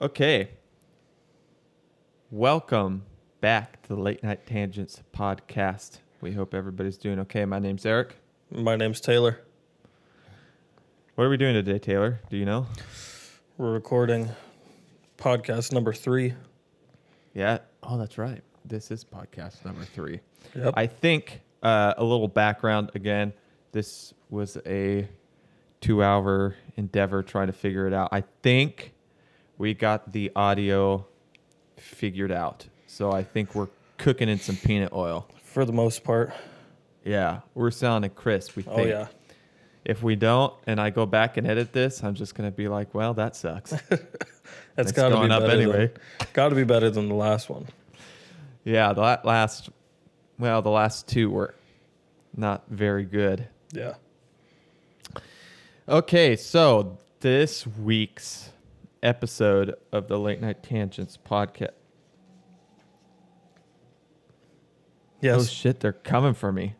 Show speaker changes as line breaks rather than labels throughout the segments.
Okay. Welcome back to the Late Night Tangents podcast. We hope everybody's doing okay. My name's Eric.
My name's Taylor.
What are we doing today, Taylor? Do you know?
We're recording podcast number three.
Yeah. Oh, that's right. This is podcast number three.
Yep.
I think uh, a little background again. This was a two hour endeavor trying to figure it out. I think we got the audio figured out. So I think we're cooking in some peanut oil.
For the most part.
Yeah, we're sounding crisp. We think.
Oh, yeah.
If we don't, and I go back and edit this, I'm just gonna be like, "Well, that sucks."
That's
It's
got to
going
be
up
better
anyway.
Got to be better than the last one.
yeah, the la- last, well, the last two were not very good.
Yeah.
Okay, so this week's episode of the Late Night Tangents podcast. Oh
Yes.
shit, they're coming for me.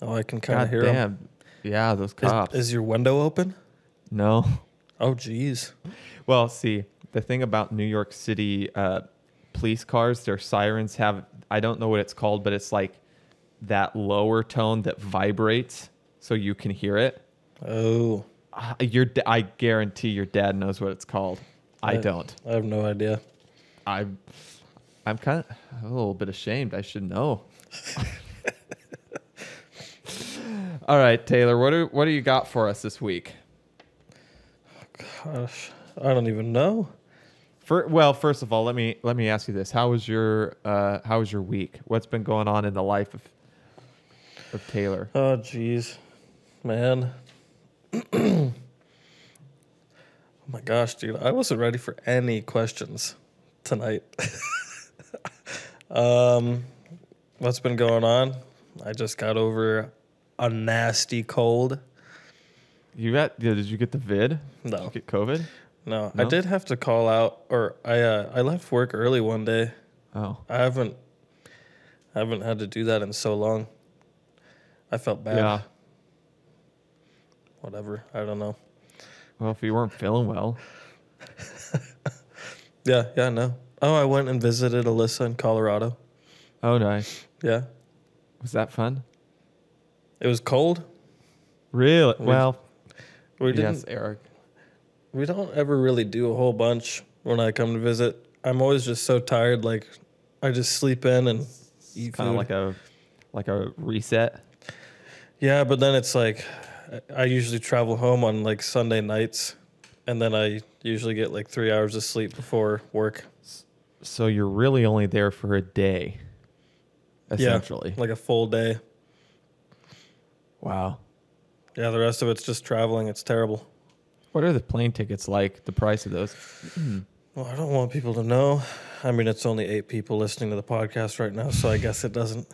Oh, I can kind
God
of hear 'em.
damn. Yeah, those cops.
Is, is your window open?
no.
Oh, geez.
Well, see, the thing about New York City uh, police cars, their sirens have, I don't know what it's called, but it's like that lower tone that vibrates so you can hear it.
Oh,
Uh, your, da- I guarantee your dad knows what it's called. I
Yeah.
don't.
I have no idea.
I'm, I'm kind of a little bit ashamed. I should know. All right, Taylor, what do, what do you got for us this week?
Gosh, I don't even know.
For, well, first of all, let me let me ask you this: How was your uh, How was your week? What's been going on in the life of of Taylor?
Oh, geez, man. oh my gosh, dude, I wasn't ready for any questions tonight. um, what's been going on? I just got over a nasty cold.
You got? yeah, Did you get the vid? Did you
No,
get COVID?
no, I
No?
did have to call out, or I uh, I left work early one day.
Oh,
I haven't I haven't had to do that in so long. I felt bad.
yeah.
Whatever. I don't know.
Well, if you weren't feeling well,
Yeah, yeah, no. Oh, I went and visited Alyssa in Colorado.
oh nice.
Yeah.
Was that fun?
It was cold.
Really?
We
well,
We didn't
yes, Eric.
we don't ever really do a whole bunch when I come to visit. I'm always just so tired, like I just sleep in and eat
Kind
food.
of like a like a reset.
yeah, but then it's like I- I usually travel home on like Sunday nights and then I usually get like three hours of sleep before work.
So you're really only there for a day, essentially.
Like a full day.
Wow.
Yeah, the rest of it's just traveling. It's terrible.
What are the plane tickets like? The price of those? Hmm.
Well, I don't want people to know. I mean, it's only eight people listening to the podcast right now, so I guess it doesn't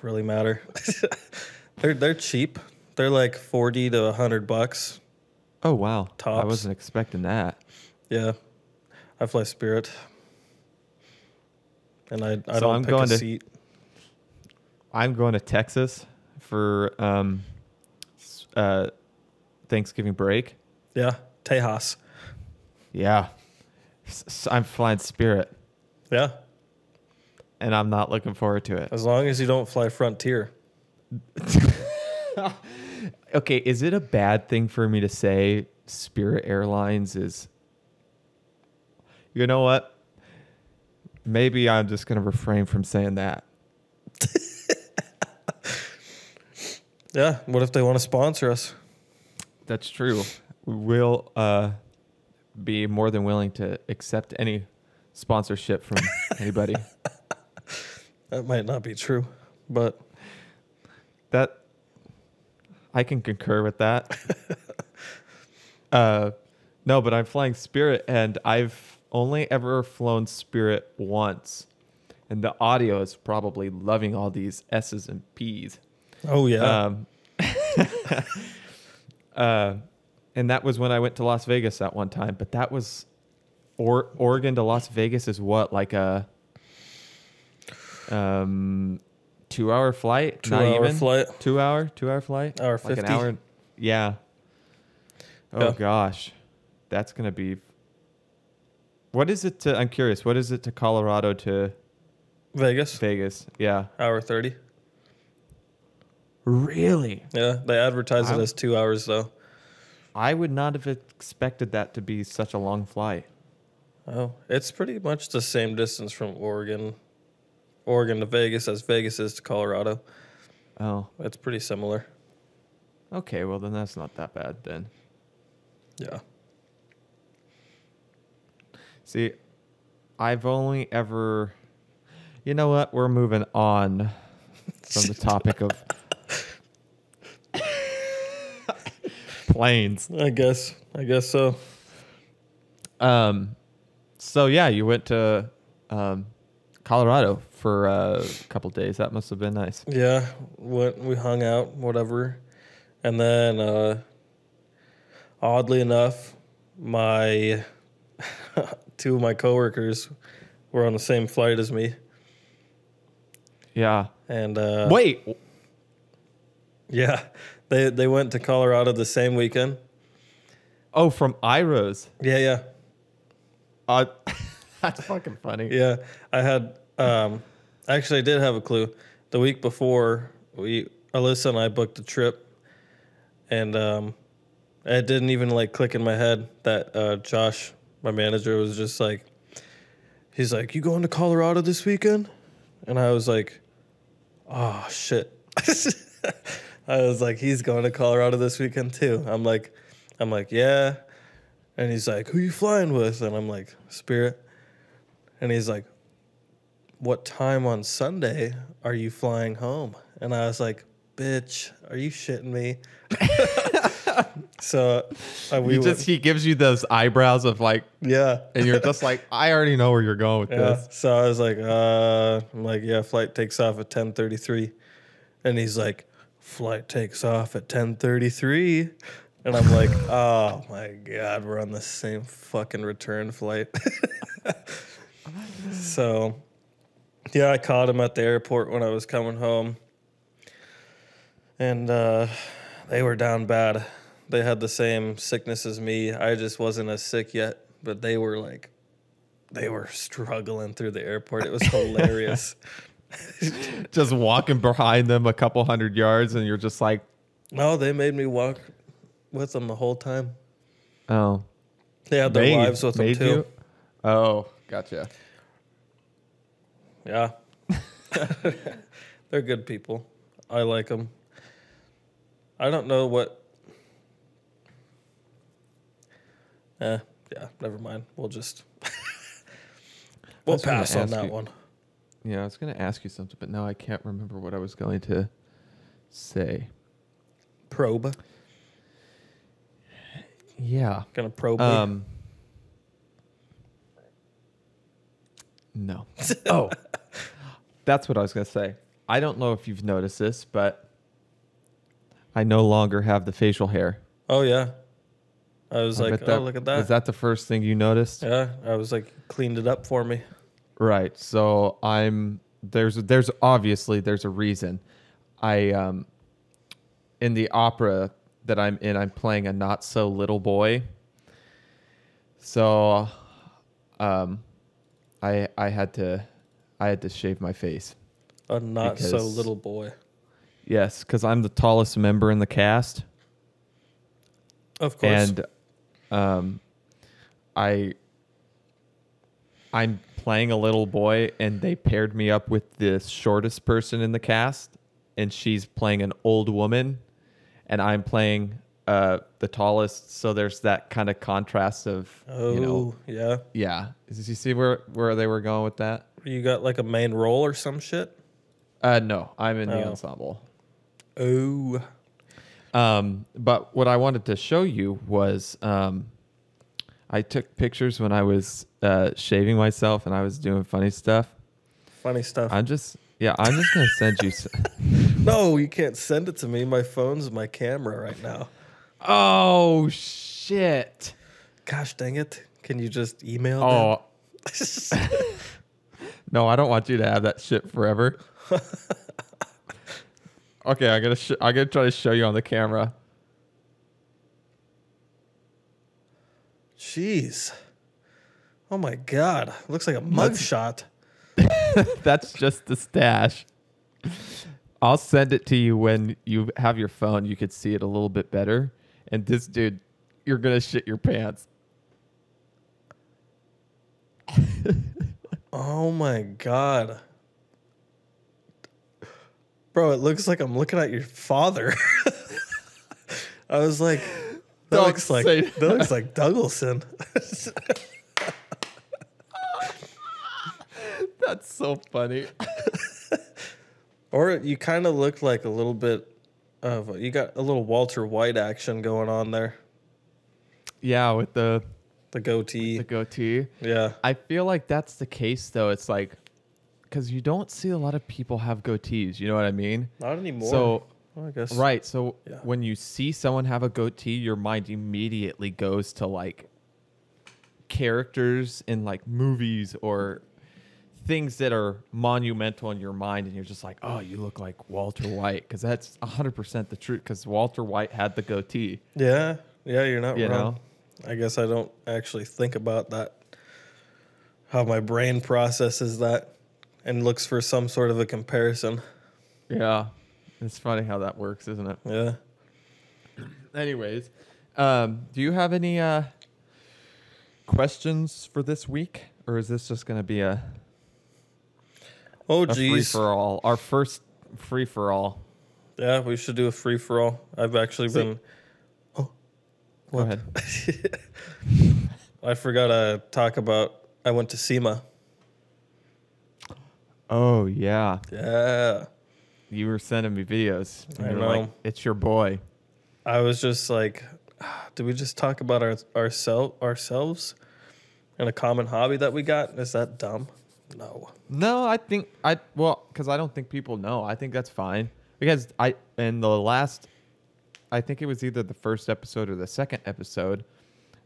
really matter. they're they're cheap. They're like forty to hundred bucks.
Oh wow! I
Tops.
wasn't expecting that.
Yeah, I fly Spirit, and I I
So
don't
I'm
pick
going
a
to-
seat.
I'm going to Texas for um, s- uh, Thanksgiving break.
Yeah, Tejas.
Yeah, S- s- I'm flying Spirit,
Yeah,
and I'm not looking forward to it.
as long as you don't fly Frontier.
Okay, is it a bad thing for me to say Spirit Airlines is? You know what? Maybe I'm just going to refrain from saying that.
Yeah, what if they want to sponsor us?
That's true. We'll uh, be more than willing to accept any sponsorship from anybody.
That might not be true, but
That I can concur with that. uh, no, but I'm flying Spirit, and I've only ever flown Spirit once, and the audio is probably loving all these S's and P's.
oh yeah,
Um, uh, and that was when I went to Las Vegas that one time. But that was or Oregon to Las Vegas is what like a um two hour flight,
two
not
hour
even
flight.
two hour, two hour flight,
Hour
like
50.
an hour. and- Yeah. Oh
Yeah.
gosh, that's going to be. What is it to? I'm curious. What is it to Colorado to
Vegas,
Vegas? Yeah.
hour 30.
Really?
Yeah, they advertise it
Wow.
as two hours, though.
I would not have expected that to be such a long flight.
Oh, it's pretty much the same distance from Oregon, Oregon to Vegas as Vegas is to Colorado.
Oh,
It's pretty similar.
okay. Well, then that's not that bad then.
Yeah.
See, I've only ever. You know what? We're moving on from the topic of planes.
I guess. I guess so.
Um, so yeah, you went to um, Colorado for uh, a couple days. That must have been nice.
Yeah, went we hung out, whatever, and then uh, oddly enough, my two of my coworkers were on the same flight as me,
Yeah.
and uh,
Wait.
Yeah, they they went to Colorado the same weekend.
Oh, from Iros.
Yeah, yeah,
Uh, that's fucking funny.
yeah. I had um, actually I did have a clue. The week before, we Alyssa and I booked a trip, and um, it didn't even like click in my head that uh, Josh, my manager, was just like, he's like, "You going to Colorado this weekend?" And I was like, "Oh shit." I was like, he's going to Colorado this weekend too. I'm like, I'm like, yeah. And he's like, who you flying with? And I'm like, Spirit. And he's like, What time on Sunday are you flying home? And I was like, Bitch, are you shitting me? so uh, we
He
went-
just he gives you those eyebrows of like,
yeah.
and you're just like, I already know where you're going with
Yeah.
this.
So I was like, uh, I'm like, yeah, flight takes off at 10:33, and he's like, flight takes off at 10:33, and I'm like, oh my god, we're on the same fucking return flight. so, yeah, I caught him at the airport when I was coming home, and uh, they were down bad. They had the same sickness as me. I just wasn't as sick yet, but they were like they were struggling through the airport. It was hilarious.
Just walking behind them a couple hundred yards, and you're just like,
no, Oh, they made me walk with them the whole time.
oh,
They had their
they
wives with them
made
too.
you? Oh, gotcha.
Yeah, they're good people. I like them. I don't know what. Eh, yeah, never mind. We'll just we'll
was gonna
pass on
ask
that
you-
one.
Yeah, I was gonna ask you something, but now I can't remember what I was going to say.
Probe.
Yeah.
Gonna probe. me.
Um. No. oh, that's what I was gonna say. I don't know if you've noticed this, but I no longer have the facial hair.
Oh yeah. I was
I
like,
bet
oh look at that.
Was that the first thing you noticed?
Yeah, I was like cleaned it up for me.
Right. So I'm there's there's obviously there's a reason. I um in the opera that I'm in, I'm playing a not so little boy. So um I I had to I had to shave my face.
A not so
Because-
little boy.
Yes, cuz I'm the tallest member in the cast.
Of course.
and um, I I'm playing a little boy, and they paired me up with the shortest person in the cast, and she's playing an old woman, and I'm playing uh, the tallest. So there's that kind of contrast of
oh,
you know,
yeah.
yeah. Did you see where where they were going with that?
You got like a main role or some shit?
Uh, no, I'm in the
Oh.
ensemble.
Oh.
Um, but what I wanted to show you was um, I took pictures when I was uh, shaving myself and I was doing funny stuff.
Funny stuff.
I'm just, yeah, I'm just gonna send you. s
no, you can't send it to me. My phone's my camera right now.
oh shit!
Gosh dang it. Can you just email
Oh
that?
no, I don't want you to have that shit forever. okay, I'm gonna, sh- I'm gonna try to show you on the camera.
Jeez. Oh my God. Looks like a mugshot.
That's just the stash. I'll send it to you when you have your phone. You could see it a little bit better. And this dude, you're gonna shit your pants.
Oh my God. Bro, it looks like I'm looking at your father. I was like, that
Don't
looks like
say
that looks like Douglason.
That's so funny.
Or you kind of looked like a little bit of you got a little Walter White action going on there.
yeah, with the
The goatee.
the goatee.
yeah.
I feel like that's the case though. It's like because you don't see a lot of people have goatees. You know what I mean?
Not anymore.
So
Well, I guess
right. So
Yeah.
when you see someone have a goatee, your mind immediately goes to like characters in like movies or things that are monumental in your mind and you're just like oh you look like walter white because that's 100% the truth because walter white had the goatee
Yeah. Yeah, you're not
You
wrong. I guess I don't actually think about that. How my brain processes that and looks for some sort of a comparison.
yeah it's funny how that works isn't it
Yeah.
anyways um, do you have any uh, questions for this week or is this just going to be a,
Oh
a
geez.
free-for-all our first free-for-all
Yeah, we should do a free for all. I've actually
See-
been Oh.
Go ahead.
I forgot to talk about I went to SEMA.
oh yeah
Yeah.
you were sending me videos and
I
you're like
know.
it's your boy
I was just like, "Ah, did we just talk about our oursel- ourselves and a common hobby that we got? Is that dumb? No.
No, I think I well because I don't think people know. I think that's fine because I in the last, I think it was either the first episode or the second episode,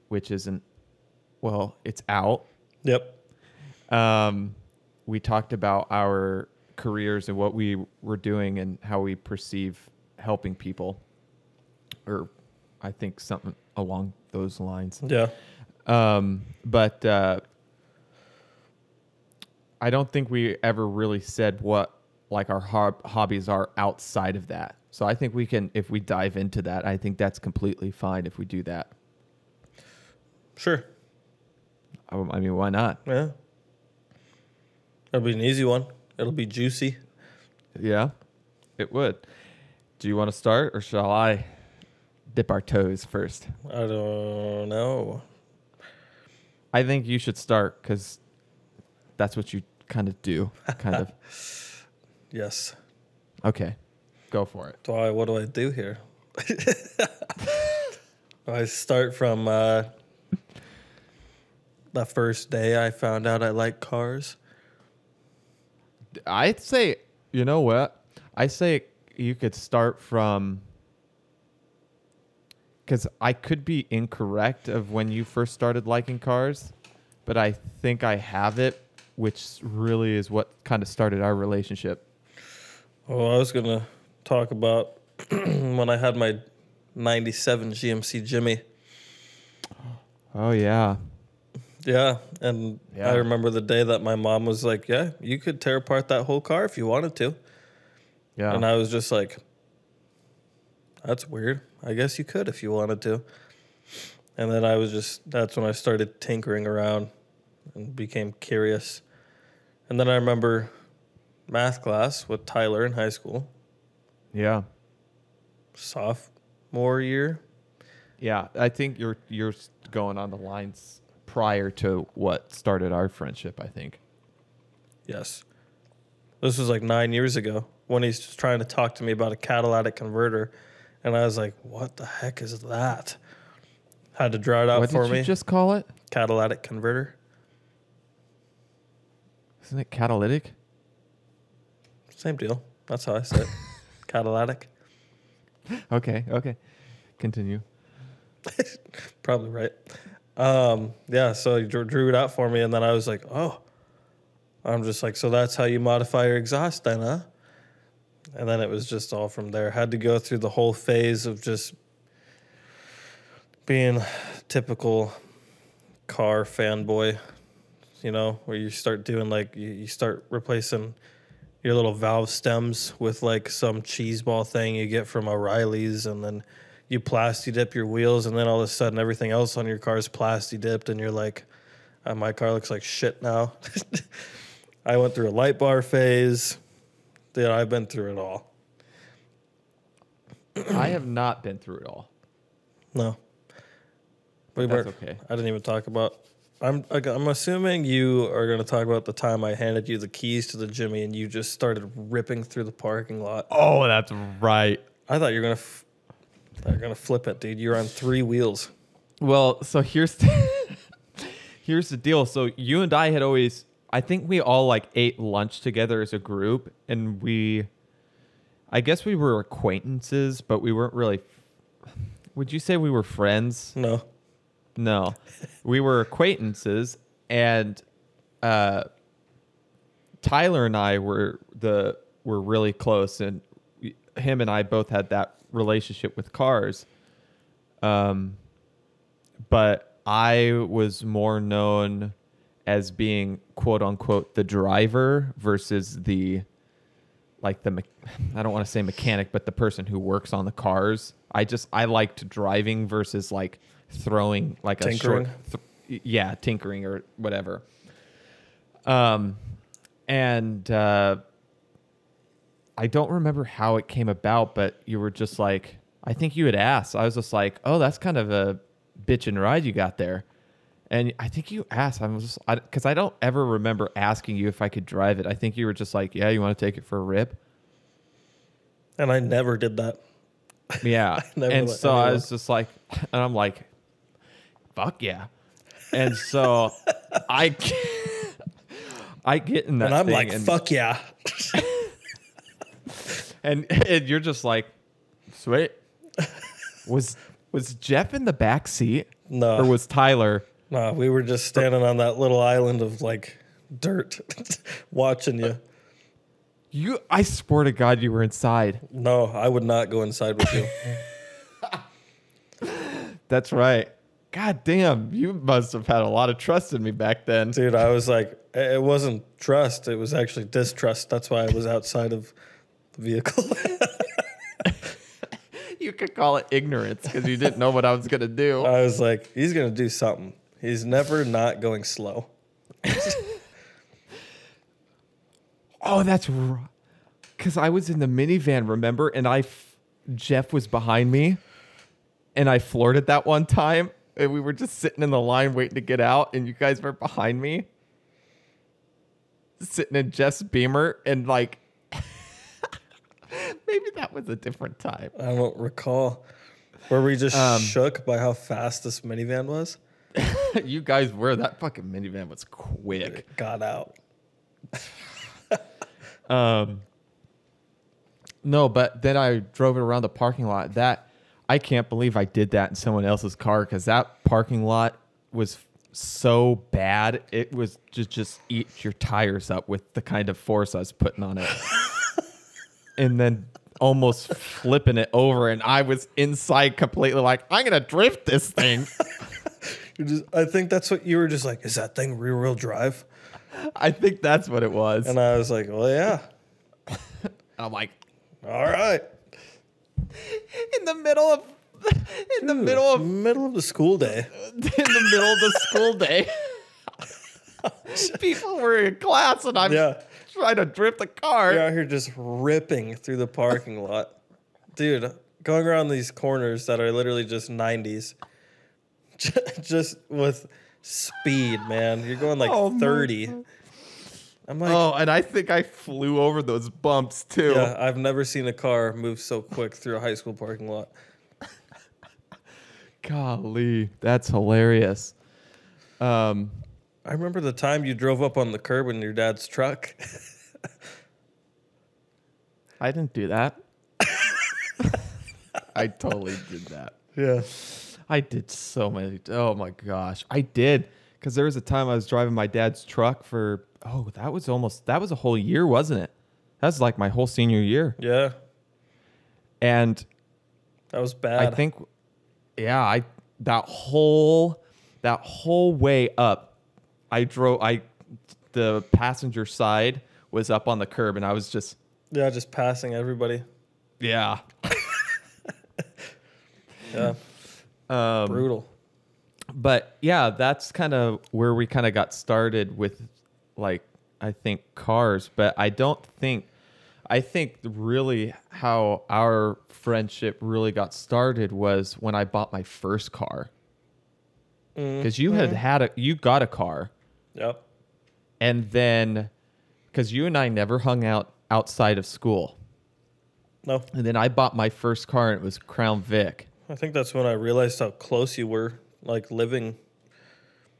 which isn't, well, it's out.
Yep.
Um, we talked about our careers and what we were doing and how we perceive helping people, or I think something along those lines.
Yeah.
Um, but uh, I don't think we ever really said what like our hob- hobbies are outside of that. So I think we can, if we dive into that, I think that's completely fine if we do that.
Sure.
I, I mean, why not?
Yeah. It'll be an easy one. It'll be juicy.
Yeah, it would. Do you want to start or shall I dip our toes first?
I don't know.
I think you should start because that's what you kind of do. Kind of.
Yes.
Okay, go for it.
Do I, what do I do here? I start from uh, the first day I found out I like cars.
I'd say, you know what? I say you could start from because I could be incorrect of when you first started liking cars, but I think I have it, which really is what kind of started our relationship.
Well, I was gonna talk about when I had my '97 GMC Jimmy.
Oh yeah,
Yeah, and
Yeah.
I remember the day that my mom was like, "Yeah, you could tear apart that whole car if you wanted to,"
yeah.
and I was just like, "That's weird. I guess you could if you wanted to." And then I was just that's when I started tinkering around and became curious. And then I remember math class with Tyler in high school,
yeah,
sophomore year,
yeah. I think you're you're s- going on the lines prior to what started our friendship. I think.
Yes. This was like nine years ago when he's just trying to talk to me about a catalytic converter. And I was like, what the heck is that? Had to draw it out
what
Uh, for
did
me.
you just call it?
catalytic converter.
Isn't it catalytic?
Same deal. That's how I said it. catalytic.
Okay, okay. Continue.
Probably right. Um, yeah. So he drew, drew it out for me. And then I was like, oh, I'm just like, so that's how you modify your exhaust then, huh? And then it was just all from there. Had to go through the whole phase of just being typical car fanboy, you know, where you start doing like you, you start replacing your little valve stems with like some cheese ball thing you get from O'Reilly's, and then you plasti dip your wheels, and then all of a sudden everything else on your car is plasti dipped, and you're like, "Uh, my car looks like shit now. I went through a light bar phase. Dude, I've been through it all.
I have not been through it all.
No. We
That's
weren't-
okay.
I didn't even talk about. I'm like, I'm assuming you are going to talk about the time I handed you the keys to the Jimmy and you just started ripping through the parking lot.
Oh, that's right.
I thought you were going to f- I thought you were going to flip it, dude. You're on three wheels.
Well, so here's the, here's the deal. So you and I had always, I think we all like ate lunch together as a group, and we, I guess we were acquaintances, but we weren't really. Would you say we were friends?
No.
No, we were acquaintances, and uh, Tyler and I were the were really close, and we- him and I both had that relationship with cars. Um, but I was more known as being quote unquote the driver versus the like the me- I don't want to say mechanic, but the person who works on the cars. I just I liked driving versus like throwing like a
Tinkering?
short, th- yeah, tinkering or whatever. Um, and uh, I don't remember how it came about, but you were just like, I think you had asked. I was just like, oh, that's kind of a bitch and ride you got there. And I think you asked. I was just because I, don't ever remember asking you if I could drive it. I think you were just like, yeah, you want to take it for a rip.
And I never did that.
Yeah.
Never
and
let
so I
anyone-
was just like, and I'm like, fuck yeah. And so I, I get in that
And I'm
thing
like,
and-
fuck yeah.
and, and you're just like, sweet. was was Jeff in the back seat,
No.
or was Tyler?
Nah, we were just standing on that little island of like dirt watching you.
You, I swear to God, you were inside.
No, I would not go inside with you.
That's right. God damn, you must have had a lot of trust in me back then.
Dude, I was like, it it wasn't trust. It was actually distrust. That's why I was outside of the vehicle.
You could call it ignorance because you didn't know what I was gonna do.
I was like, he's going to do something. He's never not going slow.
Oh, that's right. Because I was in the minivan, remember? And I, f- Jeff was behind me, and I flirted that one time, and we were just sitting in the line waiting to get out, and you guys were behind me, sitting in Jeff's Beamer, and like, maybe that was a different time.
I don't recall. Were we just
Um,
shook by how fast this minivan was?
you guys were that fucking minivan was quick.
Got out.
Um, no, but then I drove it around the parking lot. That I can't believe I did that in someone else's car because that parking lot was so bad. It was just just eat your tires up with the kind of force I was putting on it, and then almost flipping it over. And I was inside completely like I'm gonna drift this thing.
You just, I think that's what you were just like, is that thing rear wheel drive?
I think that's what it was.
And I was like, well, yeah.
And I'm like,
All right.
in the middle of, in the middle of
Middle of the school day.
in the middle of the school day. People were in class and I'm
Yeah.
trying to drift a car.
You're out here just ripping through the parking lot. Dude, going around these corners that are literally just 90s, ju- just with speed, man. You're going like
Oh my
30. I'm like,
Oh, and I think I flew over those bumps too.
yeah, I've never seen a car move so quick through a high school parking lot.
Golly, that's hilarious. Um,
I remember the time you drove up on the curb in your dad's truck.
I didn't do that. I totally did that.
Yeah.
I did so many. Oh my gosh, I did. Because there was a time I was driving my dad's truck for oh that was almost that was a whole year, wasn't it? That was like my whole senior year,
Yeah.
and
That was bad.
I think, yeah, I that whole That whole way up, I drove. I the passenger side was up on the curb, and I was just
Yeah, just passing everybody.
yeah.
Yeah,
Um,
brutal.
but yeah, that's kind of where we kind of got started with like I think cars, but I don't think I think really how our friendship really got started was when I bought my first car. Cuz you had had a you got a car
Yep.
and then cuz you and I never hung out outside of school.
No,
And then I bought my first car and it was Crown Vic.
I think that's when I realized how close you were, like living,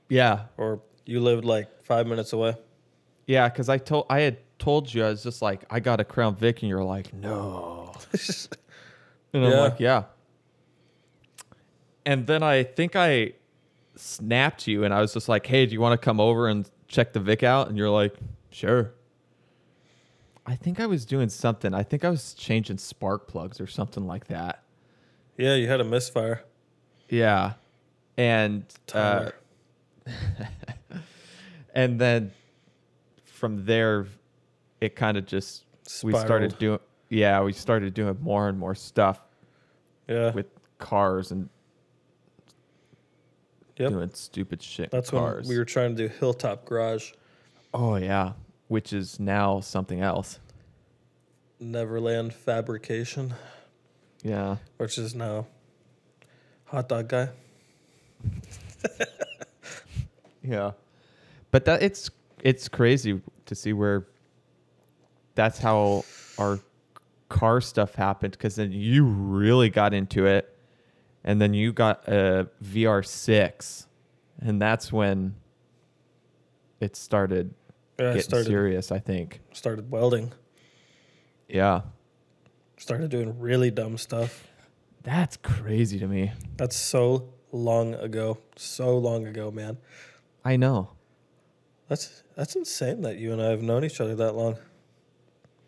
Yeah,
or you lived like five minutes away.
Yeah, because I told I had told you I was just like I got a Crown Vic, and you're like no, and I'm
Yeah.
like yeah. And then I think I snapped you, and I was just like, hey, do you want to come over and check the Vic out? And you're like, sure. I think I was doing something. I think I was changing spark plugs or something like that.
Yeah, you had a misfire.
Yeah, and uh,
Tyler.
and then from there it kind of just we started
Spiraled.
doing yeah we started doing more and more stuff
yeah,
with cars and
Yep.
doing stupid shit with
that's
cars
when we were trying to do Hilltop Garage,
oh yeah which is now something else
Neverland Fabrication,
yeah
which is now Hot Dog Guy.
yeah but that it's it's crazy to see where that's how our car stuff happened because then you really got into it and then you got a vr6 and that's when it started
Yeah, I
getting
started
serious i think
started welding,
yeah
started doing really dumb stuff.
that's crazy to me
That's so long ago, so long ago, man.
i know
That's that's insane that you and I have known each other that long.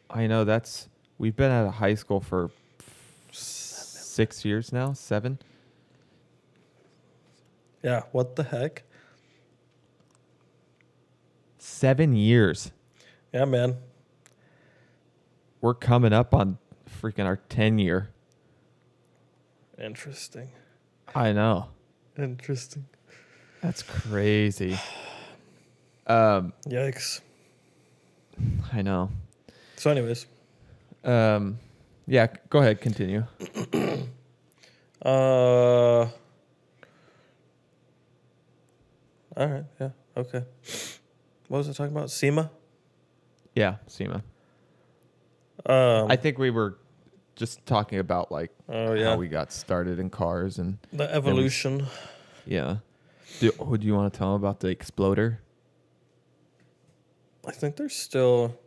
i know that's we've been out of high school for six years now seven
Yeah, what the heck?
seven years
Yeah, man.
we're coming up on freaking our 10 year.
Interesting.
I know.
Interesting.
That's crazy. Um,
Yikes.
I know.
So, anyways,
Um, yeah, c- go ahead, continue.
uh, all right. Yeah. Okay. What was I talking about? SEMA.
Yeah, SEMA.
Um,
I think we were just talking about like
oh yeah,
how we got started in cars and
the evolution.
yeah. Do, oh, do you want to tell them about the exploder?
I think there's still.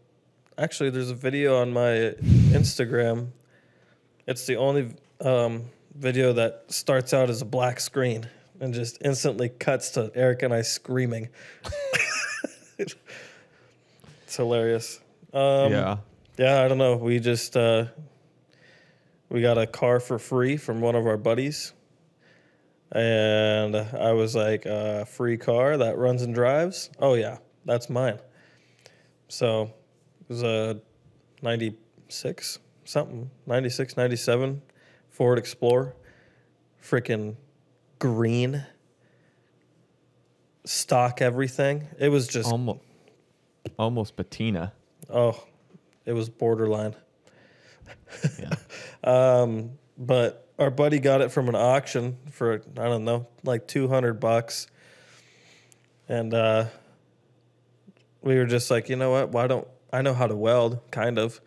Actually, there's a video on my Instagram. It's the only um, video that starts out as a black screen and just instantly cuts to Eric and I screaming. it's hilarious. Um,
yeah.
Yeah, I don't know. We just uh, we got a car for free from one of our buddies, and I was like, uh, "Free car that runs and drives." Oh yeah, that's mine. So it was a '96 something, '96, '97 Ford Explorer, freaking green, stock everything. It was just
Almost, almost patina.
oh, it was borderline.
Yeah.
Um, but our buddy got it from an auction for I don't know, like two hundred bucks, and uh, we were just like, you know what? Why don't I know how to weld? Kind of.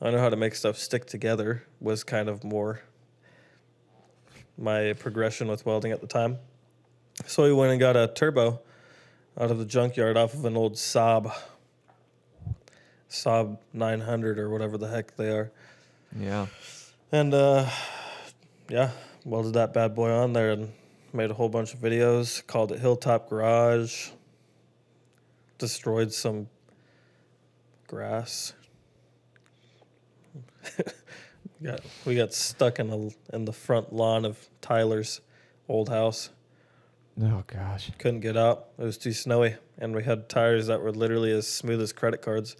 I know how to make stuff stick together. Was kind of more my progression with welding at the time. So we went and got a turbo out of the junkyard off of an old Saab, Saab 900 or whatever the heck they are.
yeah.
And uh, yeah, welded that bad boy on there and made a whole bunch of videos. Called it Hilltop Garage. Destroyed some grass. got, we got stuck in the in the front lawn of Tyler's old house.
Oh gosh.
Couldn't get out. It was too snowy, and we had tires that were literally as smooth as credit cards.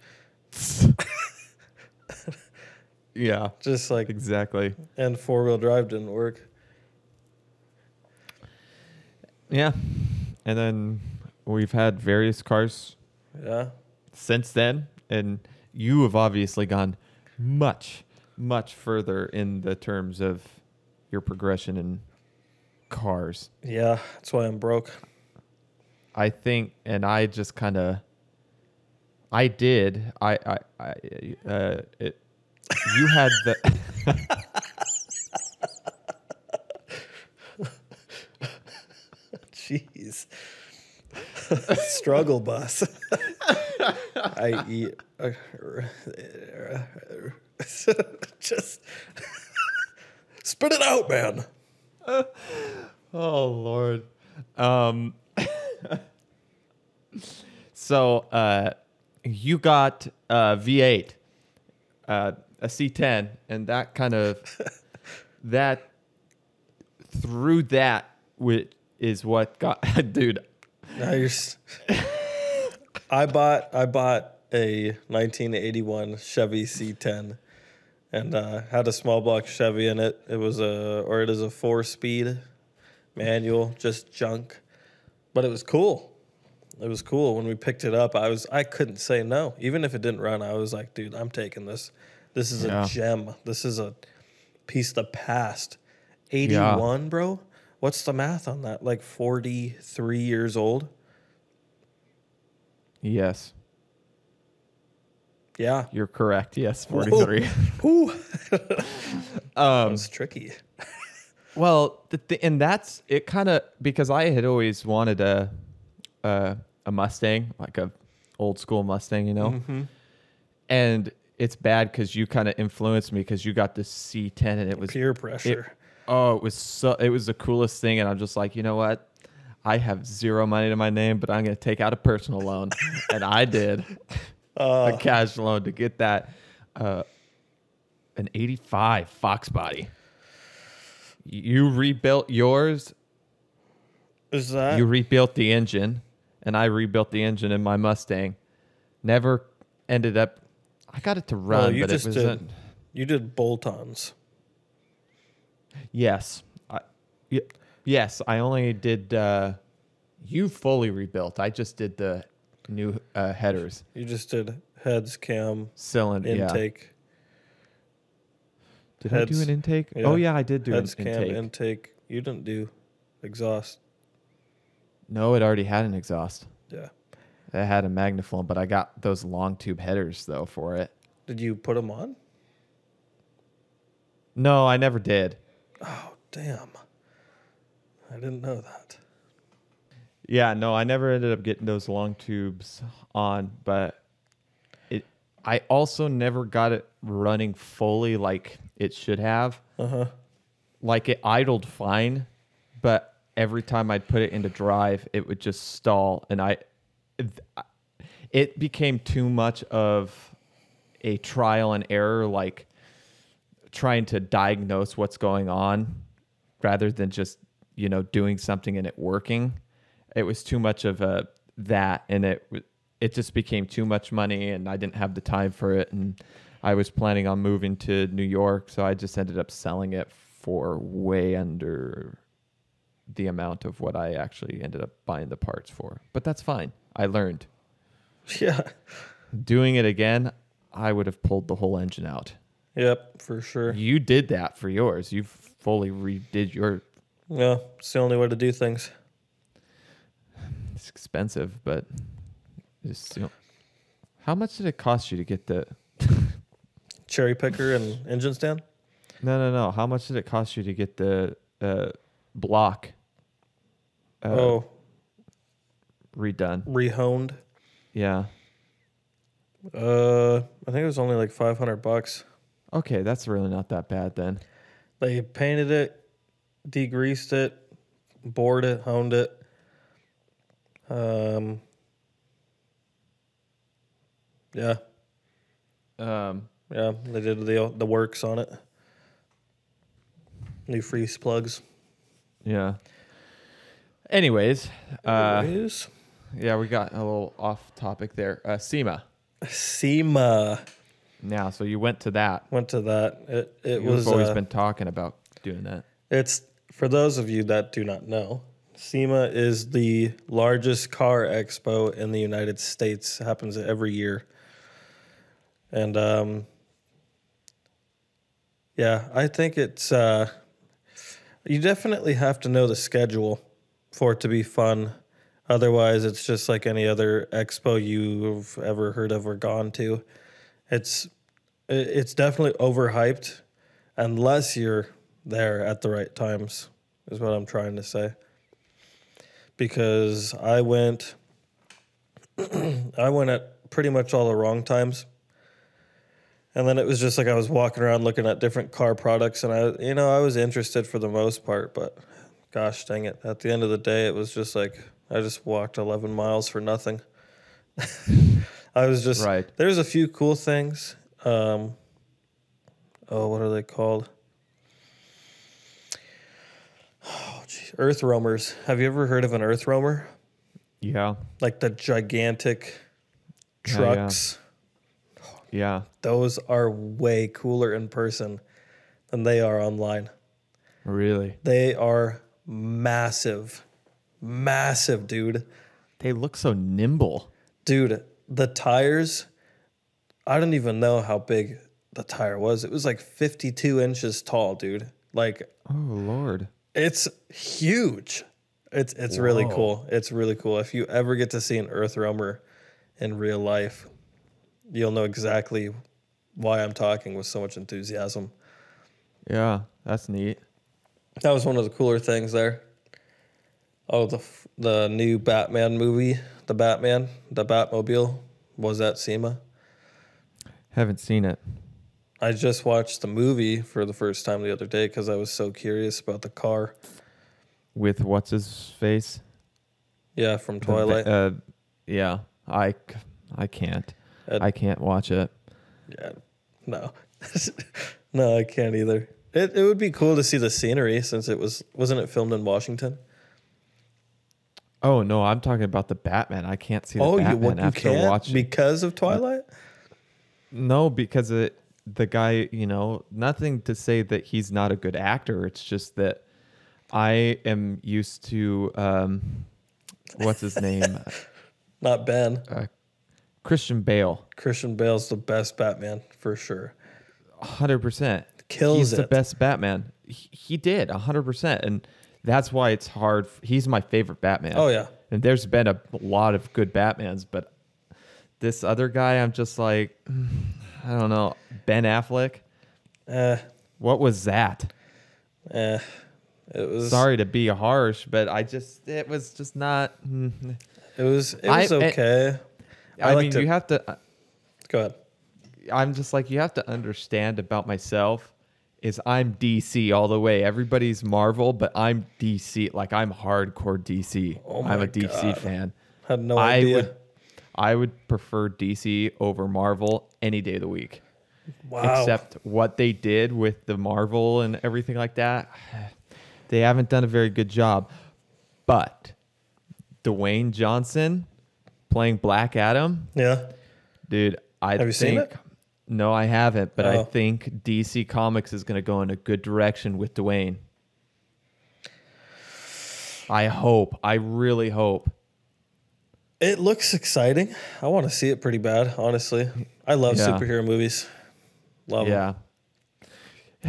Yeah.
Just like
Exactly.
and four wheel drive didn't work.
Yeah. And then we've had various cars
Yeah,
since then, and you have obviously gone much, much further in the terms of your progression in cars.
yeah. That's why I'm broke.
I think, and I just kind of, I did. I, I, I uh, it, you had the.
Jeez. Struggle bus. I eat. uh, Just spit it out, man.
Oh Lord. Um so uh you got uh V8 uh a C10 and that kind of that through that which is what got dude
Now you're. s- I bought. I bought a 1981 Chevy C10, and uh, had a small block Chevy in it. It was a, or it is a four-speed manual, just junk, but it was cool. It was cool when we picked it up. I was. I couldn't say no, even if it didn't run. I was like, dude, I'm taking this. This is
Yeah.
a gem. This is a piece of the past. 81, bro? What's the math on that? Like 43 years old?
yes
Yeah.
you're correct yes 43
Whew.
um
It's tricky.
Well, the th- and that's it. Kind of because I had always wanted a a, a Mustang, like a old school Mustang, you know. And it's bad because you kind of influenced me because you got this C10 and it was
Peer
it-
pressure.
oh, it was so it was the coolest thing, and I'm just like, you know what? I have zero money to my name, but I'm gonna take out a personal loan, and I did
Uh.
a cash loan to get that uh, an '85 Fox body. You rebuilt yours.
Is that?
You rebuilt the engine, and I rebuilt the engine in my Mustang. Never ended up. I got it to run,
Oh, you
but it
just did-
wasn't.
you did bolt ons.
Yes. I, y- yes, I only did. Uh, you fully rebuilt. I just did the new uh, headers,
You just did heads, cam,
cylinder, Yeah.
intake.
Did I do
heads.
an intake?
Yeah.
Oh yeah, I did do
heads,
an
cam,
intake.
intake. You didn't do exhaust.
no, it already had an exhaust.
Yeah.
It had a Magnaflow, but I got those long tube headers though for it.
Did you put them on?
No, I never did.
Oh, damn. I didn't know that.
Yeah, no, I never ended up getting those long tubes on, but it I also never got it running fully like it should have.
Uh huh.
Like it idled fine, but every time I'd put it into drive, it would just stall and I it became too much of a trial and error like trying to diagnose what's going on rather than just you know doing something and it working it was too much of a that and it w- it just became too much money and i didn't have the time for it and i was planning on moving to new york so i just ended up selling it for way under the amount of what i actually ended up buying the parts for but that's fine i learned
Yeah.
doing it again i would have pulled the whole engine out
Yep, for sure.
you did that for yours. You fully redid your.
Yeah, it's the only way to do things.
It's expensive, but it's, you know- how much did it cost you to get the?
Cherry picker and engine stand?
No, no, no. How much did it cost you to get the uh, block uh,
oh,
redone?
rehoned.
Yeah.
Uh, I think it was only like five hundred bucks.
Okay, that's really not that bad then.
They painted it, degreased it, bored it, honed it. Um. Yeah,
Um,
yeah, they did the the works on it. New freeze plugs.
Yeah. Anyways, uh,
Anyways,
yeah, we got a little off topic there. Uh, SEMA.
SEMA
Now, so you went to that.
went to that. It it
You've
was
always
uh,
been talking about doing that.
It's for those of you that do not know, SEMA is the largest car expo in the United States. It happens every year. And um yeah, I think it's uh you definitely have to know the schedule for it to be fun. Otherwise, it's just like any other expo you've ever heard of or gone to. It's i- it's definitely overhyped unless you're there at the right times is what i'm trying to say because i went i went at pretty much all the wrong times and then it was just like i was walking around looking at different car products and i you know i was interested for the most part but gosh dang it at the end of the day it was just like i just walked 11 miles for nothing i was just
Right.
there's a few cool things um oh what are they called oh geez. earth roamers have you ever heard of an earth roamer
Yeah.
like the gigantic
Yeah, yeah.
trucks
Yeah.
those are way cooler in person than they are online
Really.
they are massive massive dude
They look so nimble.
dude the tires i don't even know how big the tire was it was like 52 inches tall dude like
Oh Lord.
It's huge. It's it's really
Whoa.
cool. It's really cool. If you ever get to see an Earth Roamer in real life, you'll know exactly why I'm talking with so much enthusiasm.
Yeah, that's neat.
That was one of the cooler things there. Oh, the f- the new Batman movie, the Batman, the Batmobile, was at SEMA.
Haven't seen it.
I just watched the movie for the first time the other day because I was so curious about the car.
With what's his face?
Yeah, from
The-
Twilight.
Uh, yeah. I, c- I can't.
Uh,
I can't watch it.
Yeah, no, no, I can't either. It it would be cool to see the scenery since it was wasn't it filmed in Washington?
Oh no, I'm talking about the Batman. I can't see the
oh, you,
Batman
what, you
after
can't
watching.
because of Twilight.
no, because it, the guy, you know, nothing to say that he's not a good actor. It's just that I am used to um, what's his name,
Not Ben.
uh, Christian Bale,
Christian Bale's the best Batman for sure.
hundred percent.
Kills
he's the
it.
best Batman. He, he did hundred percent, and that's why it's hard. He's my favorite Batman.
Oh yeah,
And there's been a lot of good Batmans, but this other guy, I'm just like, I don't know. Ben Affleck,
eh,
what was that?
eh. It was
Sorry to be harsh, but I just, it was just not. mm.
It was it
I-
was
I-
okay. I
I,
like
mean,
to-
you have to, uh,
Go ahead.
I'm just like, you have to understand about myself is I'm DC all the way. Everybody's Marvel, but I'm DC. Like, I'm hardcore DC. I'm
Oh my
a DC
God.
fan.
Had no
I
idea.
would, I would prefer DC over Marvel any day of the week.
wow.
except what they did with the Marvel and everything like that. They haven't done a very good job. But Dwayne Johnson playing Black Adam,
yeah.
dude, I
Have you
think
seen it?
no, I haven't, but
Oh.
I think DC Comics is going to go in a good direction with Dwayne. I hope. I really hope.
It looks exciting. I want to see it pretty bad, honestly. I love
Yeah.
superhero movies. Love 'em.
Yeah.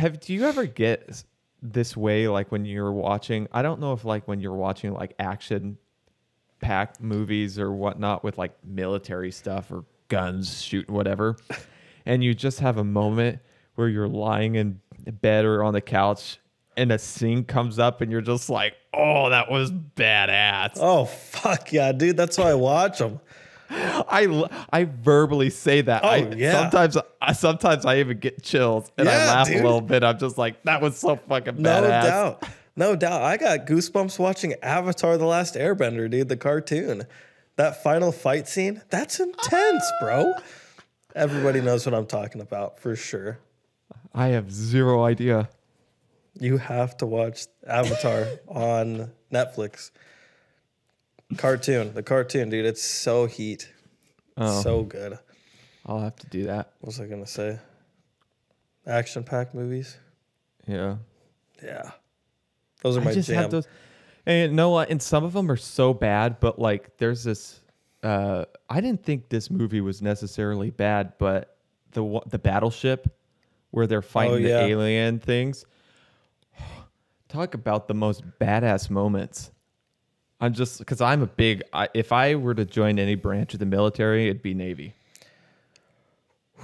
Have do you ever get s- this way like when you're watching? I don't know if like when you're watching like action packed movies or whatnot with like military stuff or guns shooting whatever, and you just have a moment where you're lying in bed or on the couch and a scene comes up and you're just like, oh, that was badass.
Oh fuck yeah, dude! That's why I watch them.
I l- I verbally say that. I,
Oh, yeah.
Sometimes I sometimes I even get chills and I
Yeah,
laugh
dude.
a little bit. I'm just like, that was so fucking
No
badass.
doubt, no doubt. I got goosebumps watching Avatar: The Last Airbender, dude. The cartoon, that final fight scene—that's intense, bro. Everybody knows what I'm talking about for sure.
I have zero idea.
You have to watch Avatar on Netflix. Cartoon, the cartoon, dude. It's so heat.
Oh,
So good. What
I'll have to do that.
was I gonna say? Action packed movies.
Yeah.
Yeah. Those are my
I just
jam.
have those. And you know what? And some of them are so bad, but like there's this. Uh, I didn't think this movie was necessarily bad, but the wa- the battleship where they're fighting
Oh, yeah.
the alien things. Talk about the most badass moments. I'm just because I'm a big. I, if I were to join any branch of the military, it'd be Navy.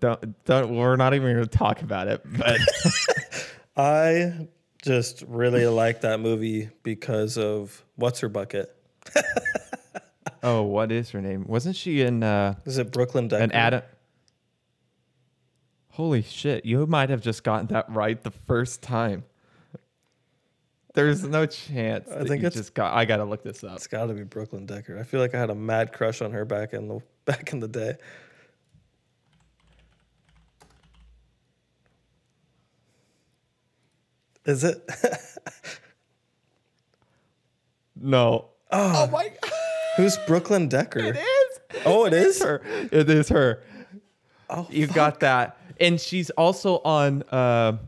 Don't, don't we're not even going to talk about it, but
I just really like that movie because of what's her bucket?
Oh, what is her name? Wasn't she in uh,
Is it Brooklyn Decker?
an Adam? Holy shit! You might have just gotten that right the first time. There's no chance. I
think
think you
it's-
just got. I gotta look this up.
It's got to be Brooklyn Decker. I feel like I had a mad crush on her back in the back in the day. Is it?
No. Oh, my!
Who's Brooklyn Decker?
It is.
Oh, it
It is
is.
her. It is her.
Oh,
You got that. And she's also on. Uh,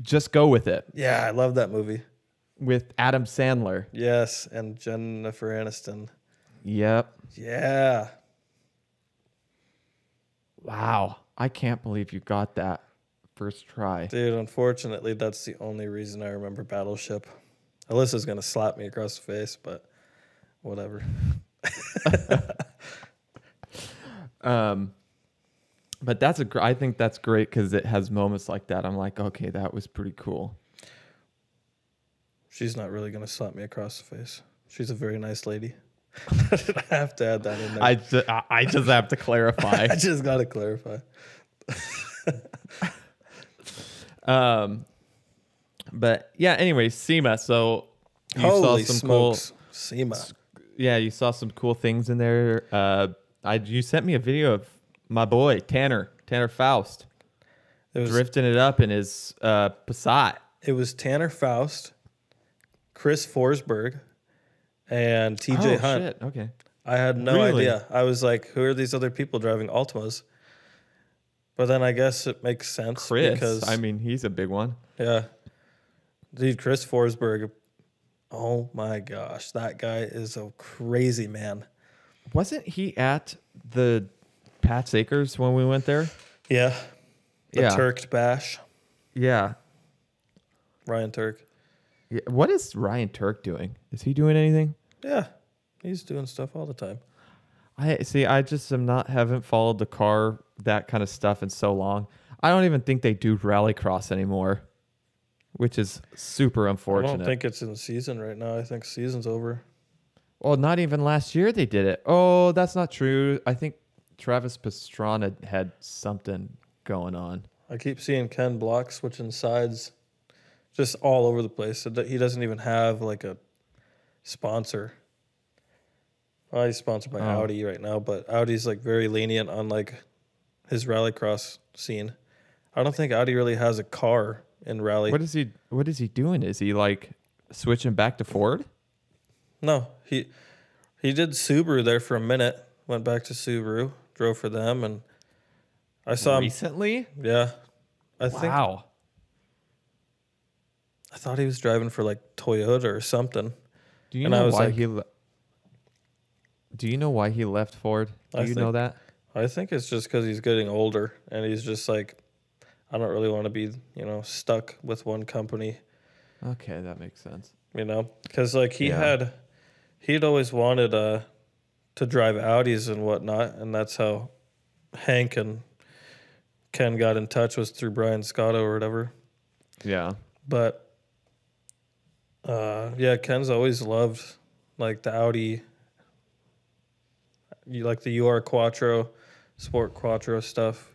just go with it
Yeah, I love that movie.
with Adam Sandler.
Yes, and Jennifer Aniston.
Yep.
Yeah.
Wow. I can't believe you got that first try.
Dude, unfortunately, that's the only reason I remember Battleship. Alyssa's gonna slap me across the face, but whatever.
Um, but that's a gr- I think that's great because it has moments like that. I'm like, okay, that was pretty cool.
She's not really gonna slap me across the face. She's a very nice lady. I have to add that in there.
I
I,
ju- I I just have to clarify.
just gotta clarify.
um, but yeah. Anyway, SEMA. So you
Holy
saw some
smokes, SEMA.
cool. Yeah, you saw some cool things in there. Uh, I you sent me a video of my boy Tanner Tanner Faust
It was
drifting it up in his uh, Passat.
it was Tanner Faust, Chris Forsberg, and TJ
oh
Hunt.
shit! Okay.
I had no
Really?
idea. I was like, who are these other people driving Altimas? But then I guess it makes sense
Chris,
because
I mean, he's a big one.
yeah, dude, Chris Forsberg. Oh my gosh, that guy is a crazy man.
Wasn't he at the Pat's Acres when we went there?
Yeah, the
Yeah.
Turk bash,
Yeah.
Ryan Turk.
Yeah, What is Ryan Turk doing? Is he doing anything?
Yeah, he's doing stuff all the time.
I see. I just am not haven't followed the car that kind of stuff in so long. I don't even think they do rallycross anymore, which is super
I
unfortunate.
don't think it's in season right now. I think season's over.
well, not even last year they did it. Oh, that's not true. I think Travis Pastrana had something going on.
I keep seeing Ken Block switching sides, just all over the place. So that- He doesn't even have like a sponsor. Well, he's sponsored by
Oh.
Audi right now, but Audi's like very lenient on like his rallycross scene. I don't think Audi really has a car in rally.
What is he? What is he doing? Is he like switching back to Ford?
No, he he did Subaru there for a minute, went back to Subaru, drove for them, and I saw him.
Recently?
Yeah, Um, I think
Wow.
I thought he was driving for like Toyota or something.
Do you
And I
know
was
why
like-
he? Le- Do you know why he left Ford? Do
I
you know
think-
that?
I think it's just because he's getting older and he's just like, I don't really want to be, you know, stuck with one company,
Okay, that makes sense.
you know? Because like he
Yeah.
had, he'd always wanted uh, to drive Audis and whatnot. And that's how Hank and Ken got in touch was through Brian Scotto or whatever.
Yeah.
But uh, yeah, Ken's always loved like the Audi, you like the UR Quattro, Sport Quattro stuff.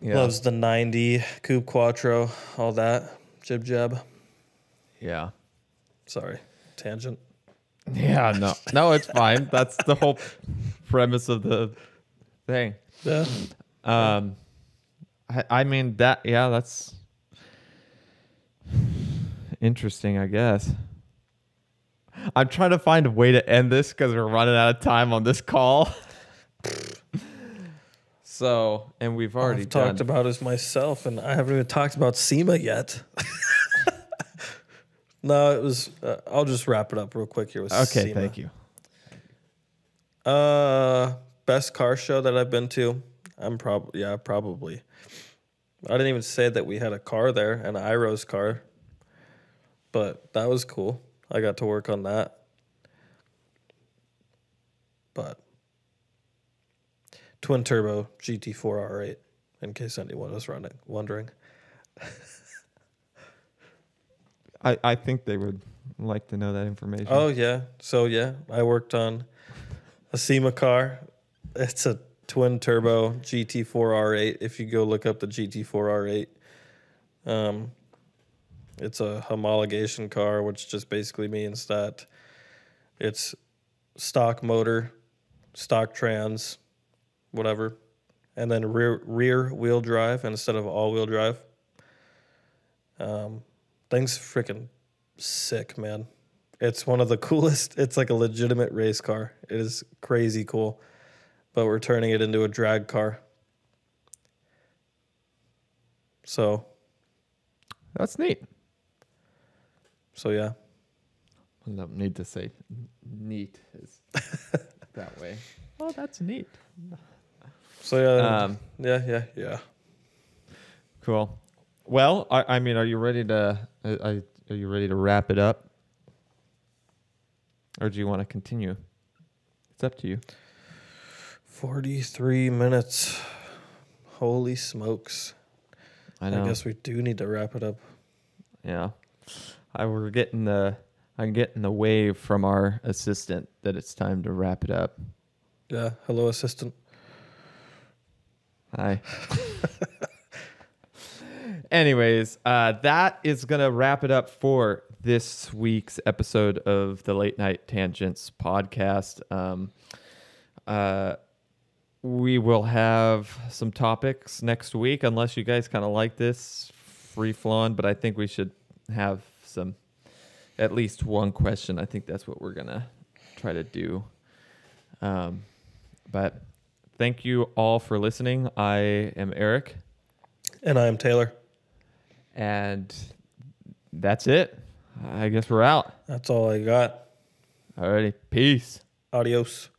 Yeah.
Loves the 90, Coupe Quattro, all that. Jib jab.
Yeah.
Sorry, tangent.
Yeah. No. No, it's fine. That's the whole premise of the thing.
Yeah.
Um, I, I mean that. Yeah, that's interesting. I guess. I'm trying to find a way to end this because we're running out of time on this call. so, and we've already
I've talked
done-
about is myself, and I haven't even talked about SEMA yet. no, it was. Uh, I'll just wrap it up real quick here with
Okay,
SEMA.
thank you.
Uh, best car show that I've been to. I'm probably yeah, probably. I didn't even say that we had a car there, an Iro's car. But that was cool. I got to work on that. But twin turbo GT4 R8, in case anyone was running, wondering.
I, I think they would like to know that information.
Oh yeah. So yeah, I worked on a SEMA car. It's a twin turbo GT4 R8. If you go look up the GT4 R8, um, it's a homologation car, which just basically means that it's stock motor, stock trans, whatever, and then rear rear wheel drive instead of all wheel drive. Um, things freaking sick, man. It's one of the coolest. It's like a legitimate race car. It is crazy cool, but we're turning it into a drag car. So,
That's neat.
so yeah.
I don't need to say neat is that way. Well, that's neat.
So yeah,
Um,
yeah, yeah, yeah.
Cool. Well, I, I mean, are you ready to? I, I- are you ready to wrap it up, or do you want to continue? It's up to you.
Forty-three minutes. Holy smokes!
I
I,
know.
guess we do need to wrap it up.
Yeah, I we're getting the I'm getting the wave from our assistant that it's time to wrap it up.
Yeah. Hello, assistant.
Hi. Anyways, uh, that is going to wrap it up for this week's episode of the Late Night Tangents podcast. Um, uh, we will have some topics next week, unless you guys kind of like this free flowing, but I think we should have some, at least one question. I think that's what we're going to try to do. Um, but thank you all for listening. I am Eric,
And I am Taylor.
and that's it. I guess we're out.
That's all I got.
Alrighty, peace.
Adios.